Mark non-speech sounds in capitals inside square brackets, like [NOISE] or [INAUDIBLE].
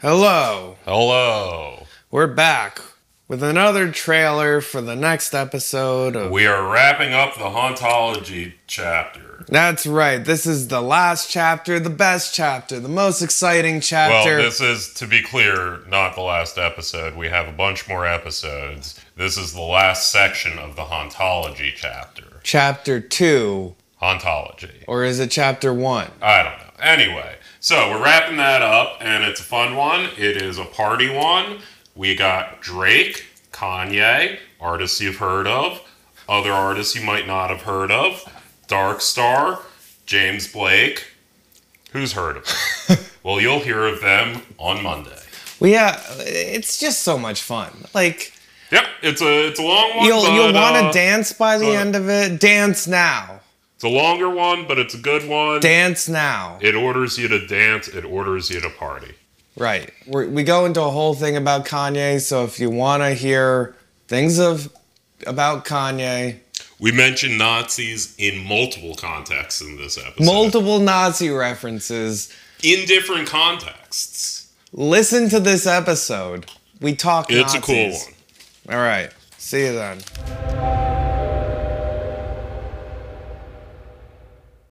Hello, Hello. we're back with another trailer for the next episode of. We are wrapping up the hauntology chapter. That's right, this is the last chapter, the best chapter, the most exciting Well, chapter. this is, to be clear, not the last episode. We have a bunch more episodes. This is the last section of the hauntology chapter. chapter two, Hauntology. or is it chapter one? I don't know. Anyway, so we're wrapping that up, and it's a fun one. It is a party one. We got Drake, Kanye, artists you've heard of, other artists you might not have heard of, Dark Star, James Blake. Who's heard of them? [LAUGHS] well, you'll hear of them on Monday. Well, yeah, it's just so much fun. Like, Yep, it's a it's a long one. you'll, but, you'll want to uh, dance by the but- end of it. Dance now. It's a longer one, but it's a good one. Dance now. It orders you to dance. It orders you to party. Right. We're, we go into a whole thing about Kanye. So if you want to hear things of about Kanye, We mentioned Nazis in multiple contexts in this episode. multiple Nazi references, in different contexts. listen to this episode. We talk. It's a Nazis. cool one. All right. See you then.